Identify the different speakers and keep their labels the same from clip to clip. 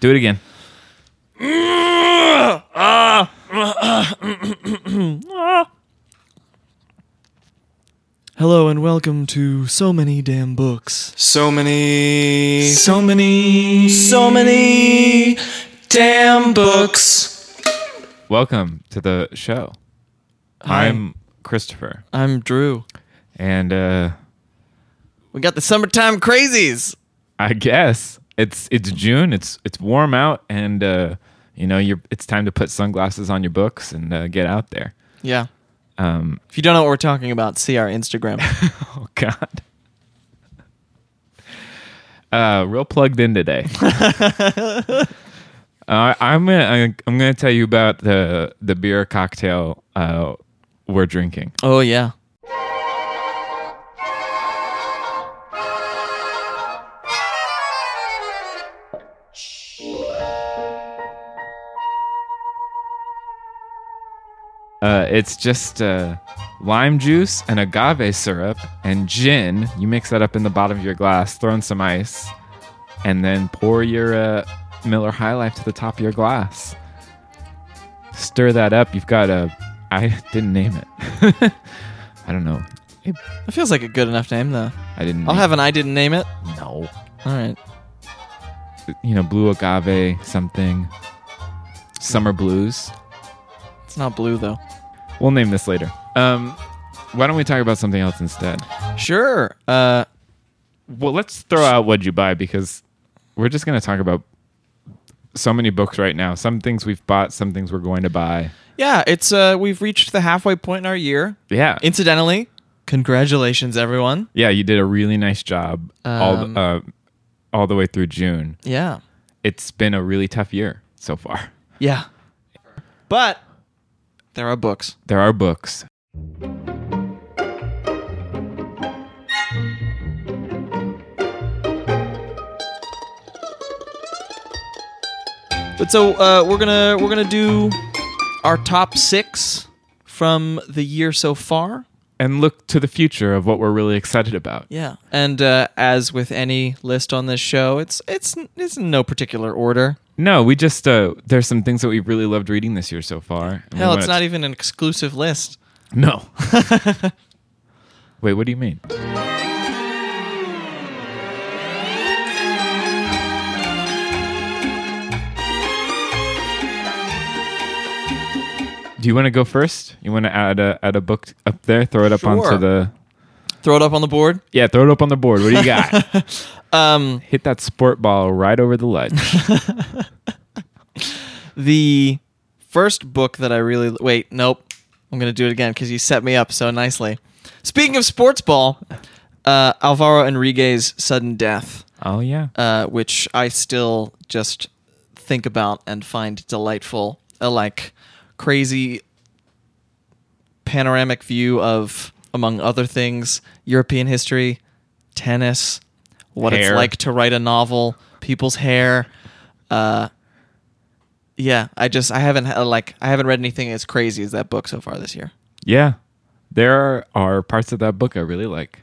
Speaker 1: Do it again.
Speaker 2: Hello and welcome to So Many Damn Books.
Speaker 3: So many,
Speaker 2: So many.
Speaker 3: so many damn books.
Speaker 1: Welcome to the show.
Speaker 2: Hi.
Speaker 1: I'm Christopher.
Speaker 2: I'm Drew.
Speaker 1: And uh,
Speaker 2: We got the summertime crazies.
Speaker 1: I guess it's it's June. It's it's warm out, and uh, you know you're. It's time to put sunglasses on your books and uh, get out there.
Speaker 2: Yeah.
Speaker 1: Um,
Speaker 2: If you don't know what we're talking about, see our Instagram.
Speaker 1: oh God. Uh, real plugged in today. uh, I'm gonna I'm gonna tell you about the the beer cocktail uh, we're drinking.
Speaker 2: oh yeah.
Speaker 1: Uh, it's just uh, lime juice and agave syrup and gin. You mix that up in the bottom of your glass, throw in some ice, and then pour your uh, Miller High Life to the top of your glass. Stir that up. You've got a. I didn't name it. I don't know.
Speaker 2: That feels like a good enough name though.
Speaker 1: I didn't.
Speaker 2: I'll
Speaker 1: name-
Speaker 2: have an I didn't name it.
Speaker 1: no.
Speaker 2: All right.
Speaker 1: You know, blue agave something. Summer blues.
Speaker 2: It's not blue though.
Speaker 1: We'll name this later. Um, why don't we talk about something else instead?
Speaker 2: Sure. Uh
Speaker 1: Well, let's throw out what you buy because we're just going to talk about so many books right now. Some things we've bought, some things we're going to buy.
Speaker 2: yeah, it's uh we've reached the halfway point in our year.
Speaker 1: Yeah.
Speaker 2: Incidentally, congratulations everyone.
Speaker 1: yeah, you did a really nice job all the,
Speaker 2: Um,
Speaker 1: uh, all the way through June.
Speaker 2: Yeah.
Speaker 1: It's been a really tough year so far.
Speaker 2: Yeah. But there are books.
Speaker 1: There are books.
Speaker 2: But so uh, we're gonna we're gonna do our top six from the year so far.
Speaker 1: And look to the future of what we're really excited about.
Speaker 2: Yeah. And uh, as with any list on this show, it's it's it's in no particular order.
Speaker 1: No, we just, uh, there's some things that we really loved reading this year so far. and we
Speaker 2: Hell, it's
Speaker 1: wanna-
Speaker 2: not even an exclusive list.
Speaker 1: No. Wait, what do you mean? Do you want to go first? You want to add a add a book up there? Throw it up onto
Speaker 2: Sure.
Speaker 1: the
Speaker 2: Throw it up on the board.
Speaker 1: yeah. Throw it up on the board. What do you got?
Speaker 2: Um,
Speaker 1: Hit that sport ball right over the ledge.
Speaker 2: the first book that I really wait. Nope. I'm gonna do it again because you set me up so nicely. Speaking of sports ball, uh, Alvaro Enrique's sudden death.
Speaker 1: oh yeah.
Speaker 2: uh, which I still just think about and find delightful. A like crazy panoramic view of, among other things, European history, tennis, what it's
Speaker 1: Hair.
Speaker 2: like to write a novel, people's hair. Uh, yeah, I just I haven't ha- like I haven't read anything as crazy as that book so far this year.
Speaker 1: Yeah. There are, are parts of that book I really like.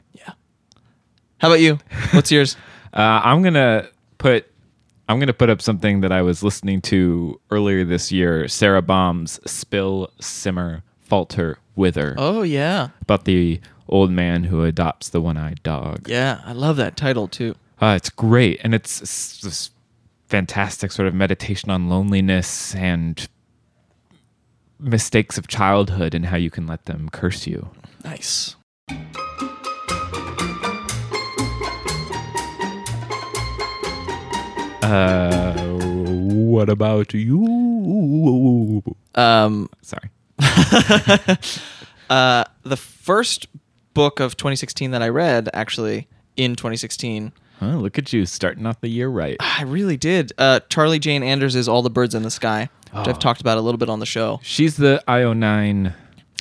Speaker 2: How about you? What's yours?
Speaker 1: Uh, I'm gonna put I'm gonna put up something that I was listening to earlier this year. Sarah Baum's "Spill, Simmer, Falter, Wither"
Speaker 2: Oh yeah,
Speaker 1: about the old man who adopts the one-eyed dog.
Speaker 2: yeah, I love that title too.
Speaker 1: Uh, it's great, and it's, it's, it's fantastic sort of meditation on loneliness and mistakes of childhood and how you can let them curse you.
Speaker 2: Nice.
Speaker 1: Uh, what about you?
Speaker 2: Um,
Speaker 1: Sorry.
Speaker 2: uh, the first book of 2016 that I read, actually in 2016,
Speaker 1: Huh, look at you starting off the year right.
Speaker 2: I really did. Uh, Charlie Jane Anders is All the Birds in the Sky, which I've talked about a little bit on the show.
Speaker 1: She's the IO9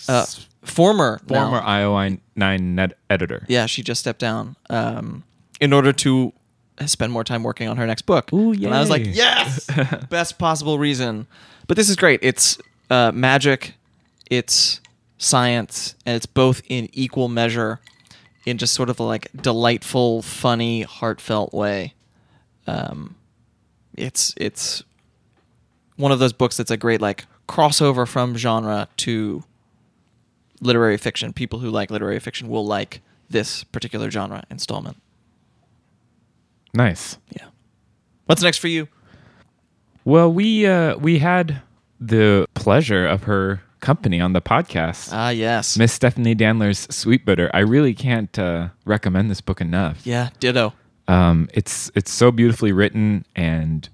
Speaker 2: Uh, former, now.
Speaker 1: former IO9 net editor.
Speaker 2: yeah, she just stepped down um, in order to spend more time working on her next book.
Speaker 1: Ooh,
Speaker 2: And I was like,
Speaker 1: yay.
Speaker 2: yes, best possible reason. But this is great. It's uh, magic, it's science, and it's both in equal measure, in just sort of a, like delightful, funny, heartfelt way. Um, it's it's one of those books that's a great like crossover from genre to literary fiction. People who like literary fiction will like this particular genre installment.
Speaker 1: Nice.
Speaker 2: Yeah. What's next for you?
Speaker 1: Well, we uh, we had the pleasure of her company on the podcast.
Speaker 2: Ah, yes.
Speaker 1: Miss Stephanie Danler's Sweet Bitter. I really can't uh, recommend this book enough.
Speaker 2: yeah, ditto.
Speaker 1: Um, it's it's so beautifully written and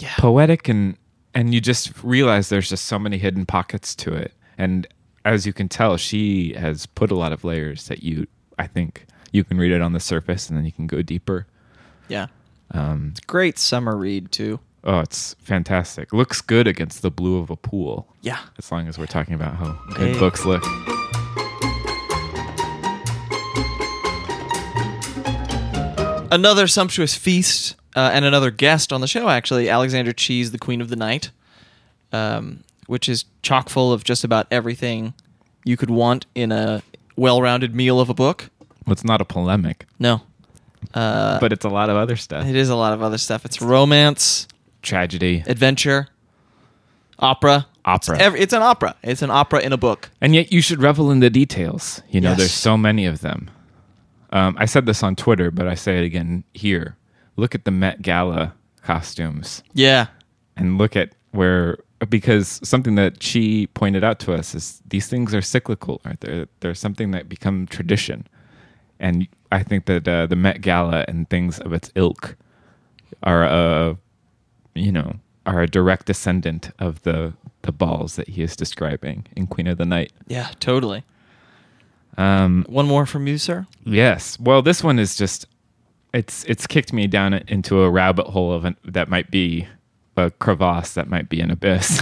Speaker 2: Yeah.
Speaker 1: poetic and and you just realize there's just so many hidden pockets to it. And as you can tell, she has put a lot of layers that you I think you can read it on the surface and then you can go deeper. Um,
Speaker 2: yeah. it's a great summer read too.
Speaker 1: Oh, it's fantastic. Looks good against the blue of a pool.
Speaker 2: Yeah.
Speaker 1: As long as we're talking about how good
Speaker 2: Hey.
Speaker 1: books look.
Speaker 2: Another sumptuous feast uh, and another guest on the show actually, Alexander Cheese, the Queen of the Night, um, which is chock full of just about everything you could want in a well-rounded meal of a book.
Speaker 1: Well, It's not a polemic,
Speaker 2: No. Uh,
Speaker 1: but it's a lot of other stuff.
Speaker 2: it is a lot of other stuff. It's romance,
Speaker 1: Tragedy.
Speaker 2: adventure, opera.
Speaker 1: Opera.
Speaker 2: It's, every, it's an opera. It's an opera in a book.
Speaker 1: And yet you should revel in the details. You know,
Speaker 2: Yes.
Speaker 1: there's so many of them. Um, I said this on Twitter, but I say it again here. Look at the Met Gala costumes
Speaker 2: Yeah.
Speaker 1: and look at where, because something that she pointed out to us is these things are cyclical, aren't they? They're something that become tradition. And I think that uh, the Met Gala and things of its ilk are, uh, you know, are a direct descendant of the the balls that he is describing in Queen of the Night.
Speaker 2: Yeah, totally.
Speaker 1: Um,
Speaker 2: One more from you, sir.
Speaker 1: yes. Well, this one is just it's it's kicked me down into a rabbit hole of an, that might be a crevasse that might be an abyss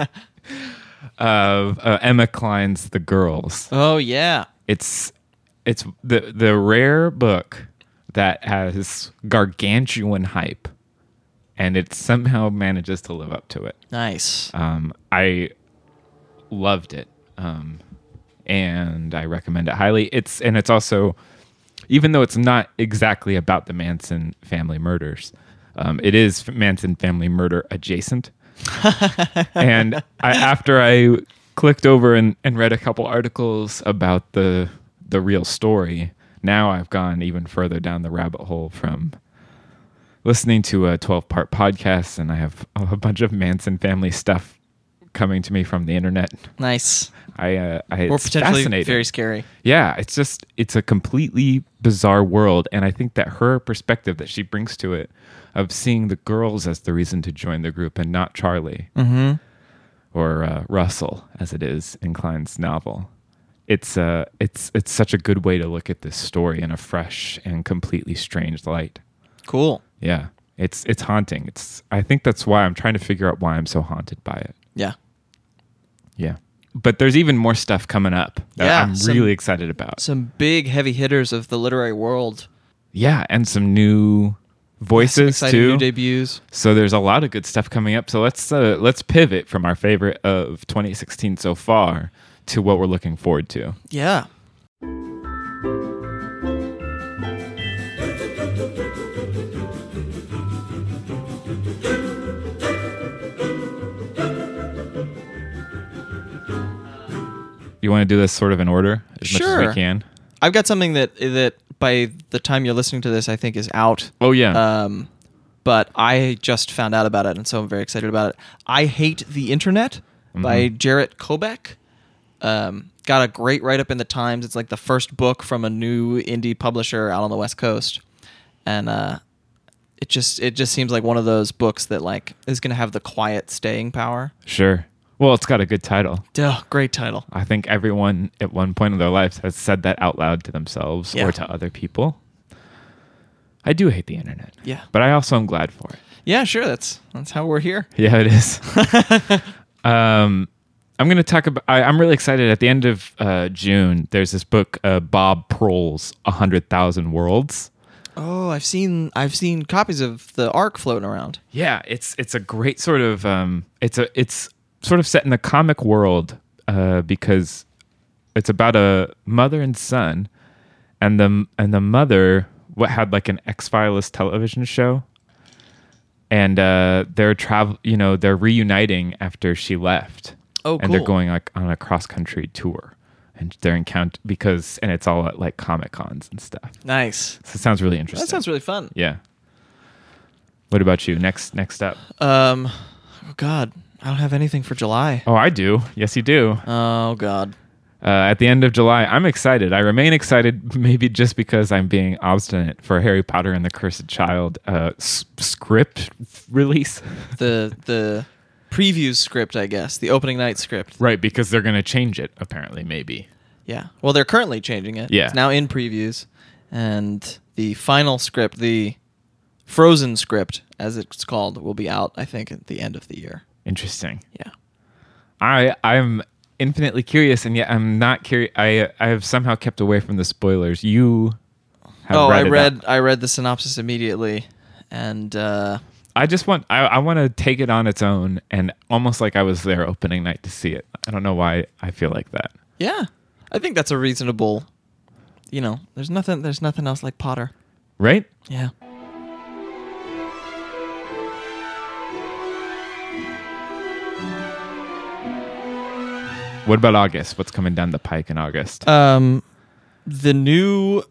Speaker 1: of uh, Emma Klein's The Girls.
Speaker 2: Oh yeah.
Speaker 1: It's it's the the rare book that has gargantuan hype, and it somehow manages to live up to it.
Speaker 2: Nice.
Speaker 1: Um, I loved it, um, and I recommend it highly. It's and it's also, even though it's not exactly about the Manson family murders, um, it is Manson family murder adjacent. and I, after I clicked over and, and read a couple articles about the the real story, now I've gone even further down the rabbit hole from listening to a 12 part podcast and I have a bunch of Manson family stuff coming to me from the internet.
Speaker 2: Nice.
Speaker 1: I, uh, I,
Speaker 2: or
Speaker 1: it's
Speaker 2: potentially
Speaker 1: fascinating.
Speaker 2: very scary.
Speaker 1: yeah, it's just, it's a completely bizarre world. And I think that her perspective that she brings to it of seeing the girls as the reason to join the group and not Charlie
Speaker 2: Mm-hmm.
Speaker 1: or uh, Russell as it is in Klein's novel. It's uh, it's it's such a good way to look at this story in a fresh and completely strange light.
Speaker 2: Cool.
Speaker 1: Yeah. It's it's haunting. It's I think that's why I'm trying to figure out why I'm so haunted by it.
Speaker 2: Yeah.
Speaker 1: Yeah. But there's even more stuff coming up that
Speaker 2: Yeah,
Speaker 1: I'm
Speaker 2: some-
Speaker 1: really excited about.
Speaker 2: Some big heavy hitters of the literary world.
Speaker 1: yeah, and some new voices
Speaker 2: Exciting
Speaker 1: too.
Speaker 2: new debuts.
Speaker 1: so there's a lot of good stuff coming up. So let's uh, let's pivot from our favorite of 2016 so far to what we're looking forward to.
Speaker 2: Yeah.
Speaker 1: You want to do this sort of in order as much as
Speaker 2: Sure.
Speaker 1: we can.
Speaker 2: I've got something that that by the time you're listening to this, I think is out.
Speaker 1: Oh yeah.
Speaker 2: Um, but I just found out about it, and so I'm very excited about it. I Hate the Internet by Jarrett Kobeck. Um, got a great write up in the Times. It's like the first book from a new indie publisher out on the West Coast, and uh, it just it just seems like one of those books that like is going to have the quiet staying power.
Speaker 1: Sure. Well, it's got a good title.
Speaker 2: Duh, great title.
Speaker 1: I think everyone at one point in their lives has said that out loud to themselves
Speaker 2: Yeah.
Speaker 1: or to other people. I do hate the internet.
Speaker 2: Yeah.
Speaker 1: But I also am glad for it.
Speaker 2: Yeah, sure. That's that's how we're here.
Speaker 1: Yeah, it is. um, I'm going to talk about. I, I'm really excited. At the end of uh, June, there's this book, uh, Bob Prohl's "A Hundred Thousand Worlds."
Speaker 2: Oh, I've seen I've seen copies of the Ark floating around.
Speaker 1: Yeah, it's it's a great sort of um, it's a it's sort of set in the comic world uh, because it's about a mother and son, and the and the mother what had like an X Files television show, and uh, they're travel you know they're reuniting after she left.
Speaker 2: Oh,
Speaker 1: and they're
Speaker 2: cool.
Speaker 1: going like on a cross country tour, and they're encounter because and it's all at like comic cons and stuff.
Speaker 2: Nice.
Speaker 1: So it sounds really interesting.
Speaker 2: That sounds really fun.
Speaker 1: yeah. What about you? Next next up.
Speaker 2: Um, oh God, I don't have anything for July.
Speaker 1: Oh, I do. Yes, you do.
Speaker 2: Oh God.
Speaker 1: Uh, at the end of July, I'm excited. I remain excited, maybe just because I'm being obstinate for Harry Potter and the Cursed Child uh, s- script release.
Speaker 2: The the preview script, I guess, the opening night script.
Speaker 1: Right, because they're going to change it, apparently, maybe.
Speaker 2: Yeah. Well, they're currently changing it.
Speaker 1: Yeah.
Speaker 2: It's now in previews, and the final script, the Frozen script, as it's called, will be out. I think at the end of the year.
Speaker 1: Interesting.
Speaker 2: Yeah.
Speaker 1: I I'm infinitely curious, and yet I'm not curious. I I have somehow kept away from the spoilers. You have
Speaker 2: oh,
Speaker 1: read
Speaker 2: I
Speaker 1: it
Speaker 2: read
Speaker 1: up.
Speaker 2: I read the synopsis immediately, and uh,
Speaker 1: I just want I, I want to take it on its own, and almost like I was there opening night to see it. I don't know why I feel like that.
Speaker 2: yeah, I think that's a reasonable. You know, there's nothing there's nothing else like Potter.
Speaker 1: Right?
Speaker 2: Yeah.
Speaker 1: What about August? What's coming down the pike in August?
Speaker 2: Um, the new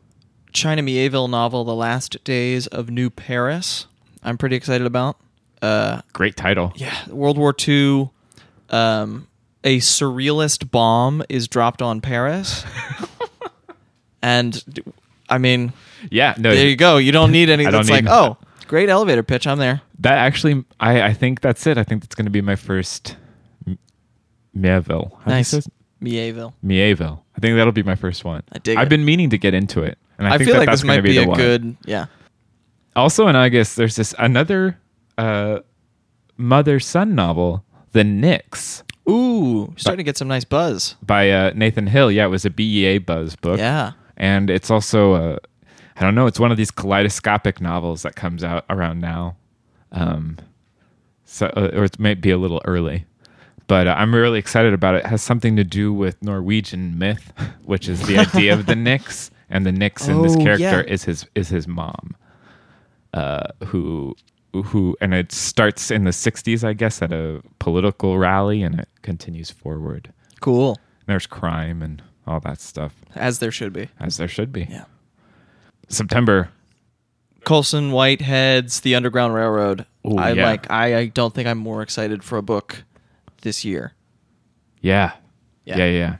Speaker 2: China Mieville novel, The Last Days of New Paris, I'm pretty excited about. Uh,
Speaker 1: Great title.
Speaker 2: yeah, World War II. Um, a surrealist bomb is dropped on Paris, and d- I mean,
Speaker 1: Yeah, no,
Speaker 2: there you go. You don't need any.
Speaker 1: I don't
Speaker 2: It's like,
Speaker 1: need-
Speaker 2: oh, great elevator pitch. I'm there.
Speaker 1: that actually, I, I think that's it. I think that's going to be my first M- Mieville. How do you
Speaker 2: Nice,
Speaker 1: say it?
Speaker 2: Mieville.
Speaker 1: Mieville. I think that'll be my first one.
Speaker 2: I dig
Speaker 1: I've
Speaker 2: it.
Speaker 1: been meaning to get into it, and I,
Speaker 2: I,
Speaker 1: think
Speaker 2: feel
Speaker 1: that
Speaker 2: like
Speaker 1: that's
Speaker 2: this
Speaker 1: going to
Speaker 2: might
Speaker 1: be,
Speaker 2: be,
Speaker 1: the
Speaker 2: a
Speaker 1: one.
Speaker 2: good. Yeah.
Speaker 1: Also in August, there's this another uh, mother-son novel, The Nix,
Speaker 2: Ooh, starting to get some nice buzz.
Speaker 1: by uh, Nathan Hill. Yeah, it was a BEA Buzz book.
Speaker 2: Yeah.
Speaker 1: and it's also I I don't know, it's one of these kaleidoscopic novels that comes out around now. Um, so uh, or it might be a little early, but uh, I'm really excited about it. It has something to do with Norwegian myth, which is the idea of the Nix, and the Nix in this
Speaker 2: Oh,
Speaker 1: character
Speaker 2: yeah.
Speaker 1: is his is his mom, uh, who who and it starts in the 60s i guess at a political rally and it continues forward
Speaker 2: Cool.
Speaker 1: there's crime and all that stuff
Speaker 2: As there should be.
Speaker 1: as there should be
Speaker 2: Yeah.
Speaker 1: September.
Speaker 2: Colson Whitehead's The Underground Railroad.
Speaker 1: Ooh,
Speaker 2: I
Speaker 1: yeah.
Speaker 2: like. I, I don't think I'm more excited for a book this year.
Speaker 1: Yeah.
Speaker 2: Yeah.
Speaker 1: Yeah. Yeah.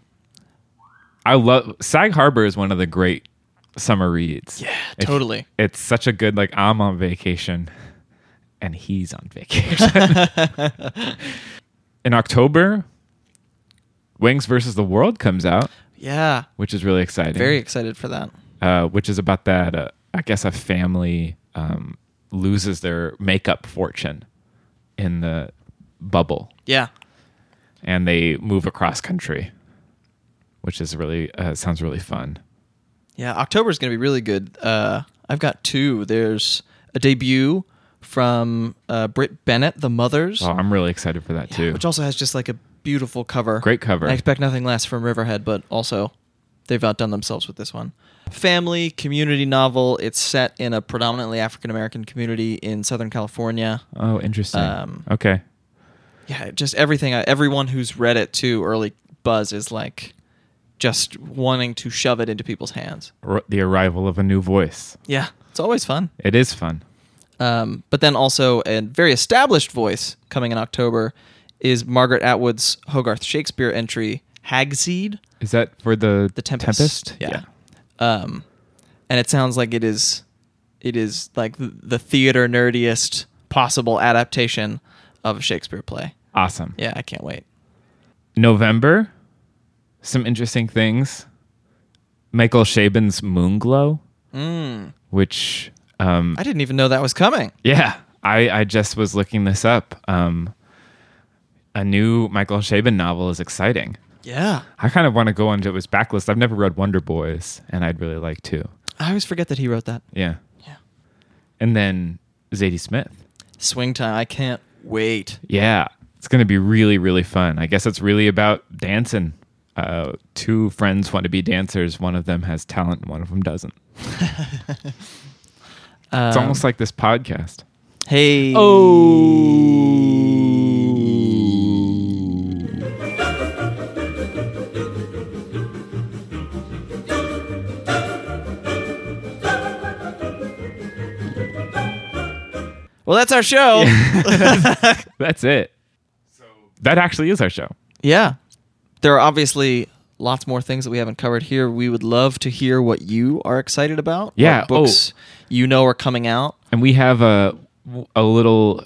Speaker 1: I love Sag Harbor is one of the great summer reads. Yeah,
Speaker 2: totally.
Speaker 1: It's such a good like I'm on vacation and he's on vacation. In October, Wings versus the World comes out,
Speaker 2: Yeah,
Speaker 1: which is really exciting.
Speaker 2: very excited for that.
Speaker 1: uh, which is about that. Uh, I guess a family um, loses their makeup fortune in the bubble.
Speaker 2: Yeah,
Speaker 1: and they move across country, which is really uh, sounds really fun.
Speaker 2: yeah. October is going to be really good. Uh, I've got two. There's a debut from uh, Britt Bennett, The Mothers,
Speaker 1: Oh, I'm really excited for that too.
Speaker 2: which also has just like a beautiful cover.
Speaker 1: Great cover.
Speaker 2: I expect nothing less from Riverhead, but also they've outdone themselves with this one. Family community novel. It's set in a predominantly African American community in Southern California.
Speaker 1: oh, interesting.
Speaker 2: Um,
Speaker 1: okay,
Speaker 2: yeah, just everything. uh, Everyone who's read it too early buzz is like just wanting to shove it into people's hands.
Speaker 1: R- the arrival of a new voice.
Speaker 2: Yeah, it's always fun.
Speaker 1: It is fun.
Speaker 2: Um, but then also a very established voice coming in October is Margaret Atwood's Hogarth Shakespeare entry Hagseed,
Speaker 1: Is that for the
Speaker 2: the Tempest. Yeah. Um, and it sounds like it is, it is like th- the theater nerdiest possible adaptation of a Shakespeare play.
Speaker 1: Awesome.
Speaker 2: Yeah, I can't wait.
Speaker 1: November, some interesting things. Michael Shaban's Moonglow,
Speaker 2: Mm.
Speaker 1: which, um,
Speaker 2: I didn't even know that was coming.
Speaker 1: yeah, I, I just was looking this up. Um, a new Michael Shaban novel is exciting.
Speaker 2: Yeah.
Speaker 1: I kind of want to go onto his backlist. I've never read Wonder Boys, and I'd really like to.
Speaker 2: I always forget that he wrote that.
Speaker 1: Yeah.
Speaker 2: Yeah.
Speaker 1: And then Zadie Smith.
Speaker 2: Swing time. I can't wait.
Speaker 1: Yeah, it's going to be really, really fun. I guess it's really about dancing. Uh, two friends want to be dancers. One of them has talent, and one of them doesn't. it's almost like this podcast.
Speaker 2: Hey.
Speaker 1: Oh.
Speaker 2: Well, that's our show. Yeah.
Speaker 1: That's it. That actually is our show.
Speaker 2: There are obviously lots more things that we haven't covered here. We would love to hear what you are excited about.
Speaker 1: Yeah, Oh.
Speaker 2: What books you know are coming out.
Speaker 1: And we have a, a little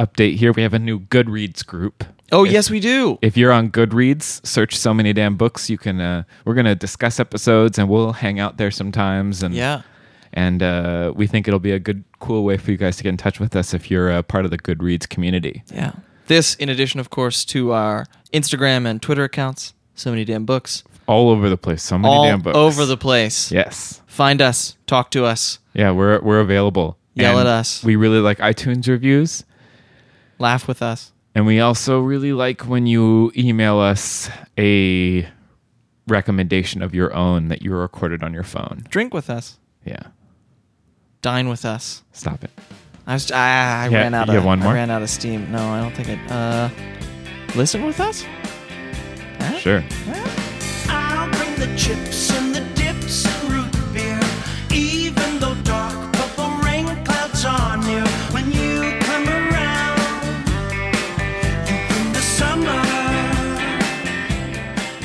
Speaker 1: update here. We have a new Goodreads group.
Speaker 2: Oh,
Speaker 1: If-
Speaker 2: yes, we do.
Speaker 1: if you're on Goodreads, search so many damn books. You can. Uh, we're gonna discuss episodes, and we'll hang out there sometimes. And
Speaker 2: Yeah.
Speaker 1: and uh, we think it'll be a good, cool way for you guys to get in touch with us if you're a part of the Goodreads community.
Speaker 2: Yeah. This, in addition, of course, to our Instagram and Twitter accounts, so many damn books,
Speaker 1: All over the place, so many
Speaker 2: all
Speaker 1: damn books
Speaker 2: over the place.
Speaker 1: Yes,
Speaker 2: Find us, talk to us,
Speaker 1: yeah, we're we're available.
Speaker 2: Yell
Speaker 1: And
Speaker 2: at us.
Speaker 1: We really like iTunes reviews,
Speaker 2: laugh with us.
Speaker 1: and we also really like when you email us a recommendation of your own that you recorded on your phone.
Speaker 2: drink with us,
Speaker 1: Yeah,
Speaker 2: dine with us.
Speaker 1: stop it.
Speaker 2: I was, ah, I, I
Speaker 1: Yeah,
Speaker 2: ran out
Speaker 1: you
Speaker 2: of
Speaker 1: have one more?
Speaker 2: I ran out of steam. No, I don't think I. Uh, listen with us. Huh?
Speaker 1: Sure.
Speaker 4: I'll bring the chips and the dips and root beer. Even though dark purple rain clouds are near, when you come around, you bring the summer.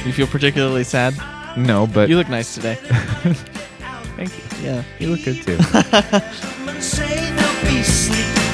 Speaker 2: You feel particularly sad.
Speaker 1: No, but
Speaker 2: You look nice today.
Speaker 1: thank you.
Speaker 2: Yeah.
Speaker 1: You look good too.
Speaker 4: Some say there'll be sleep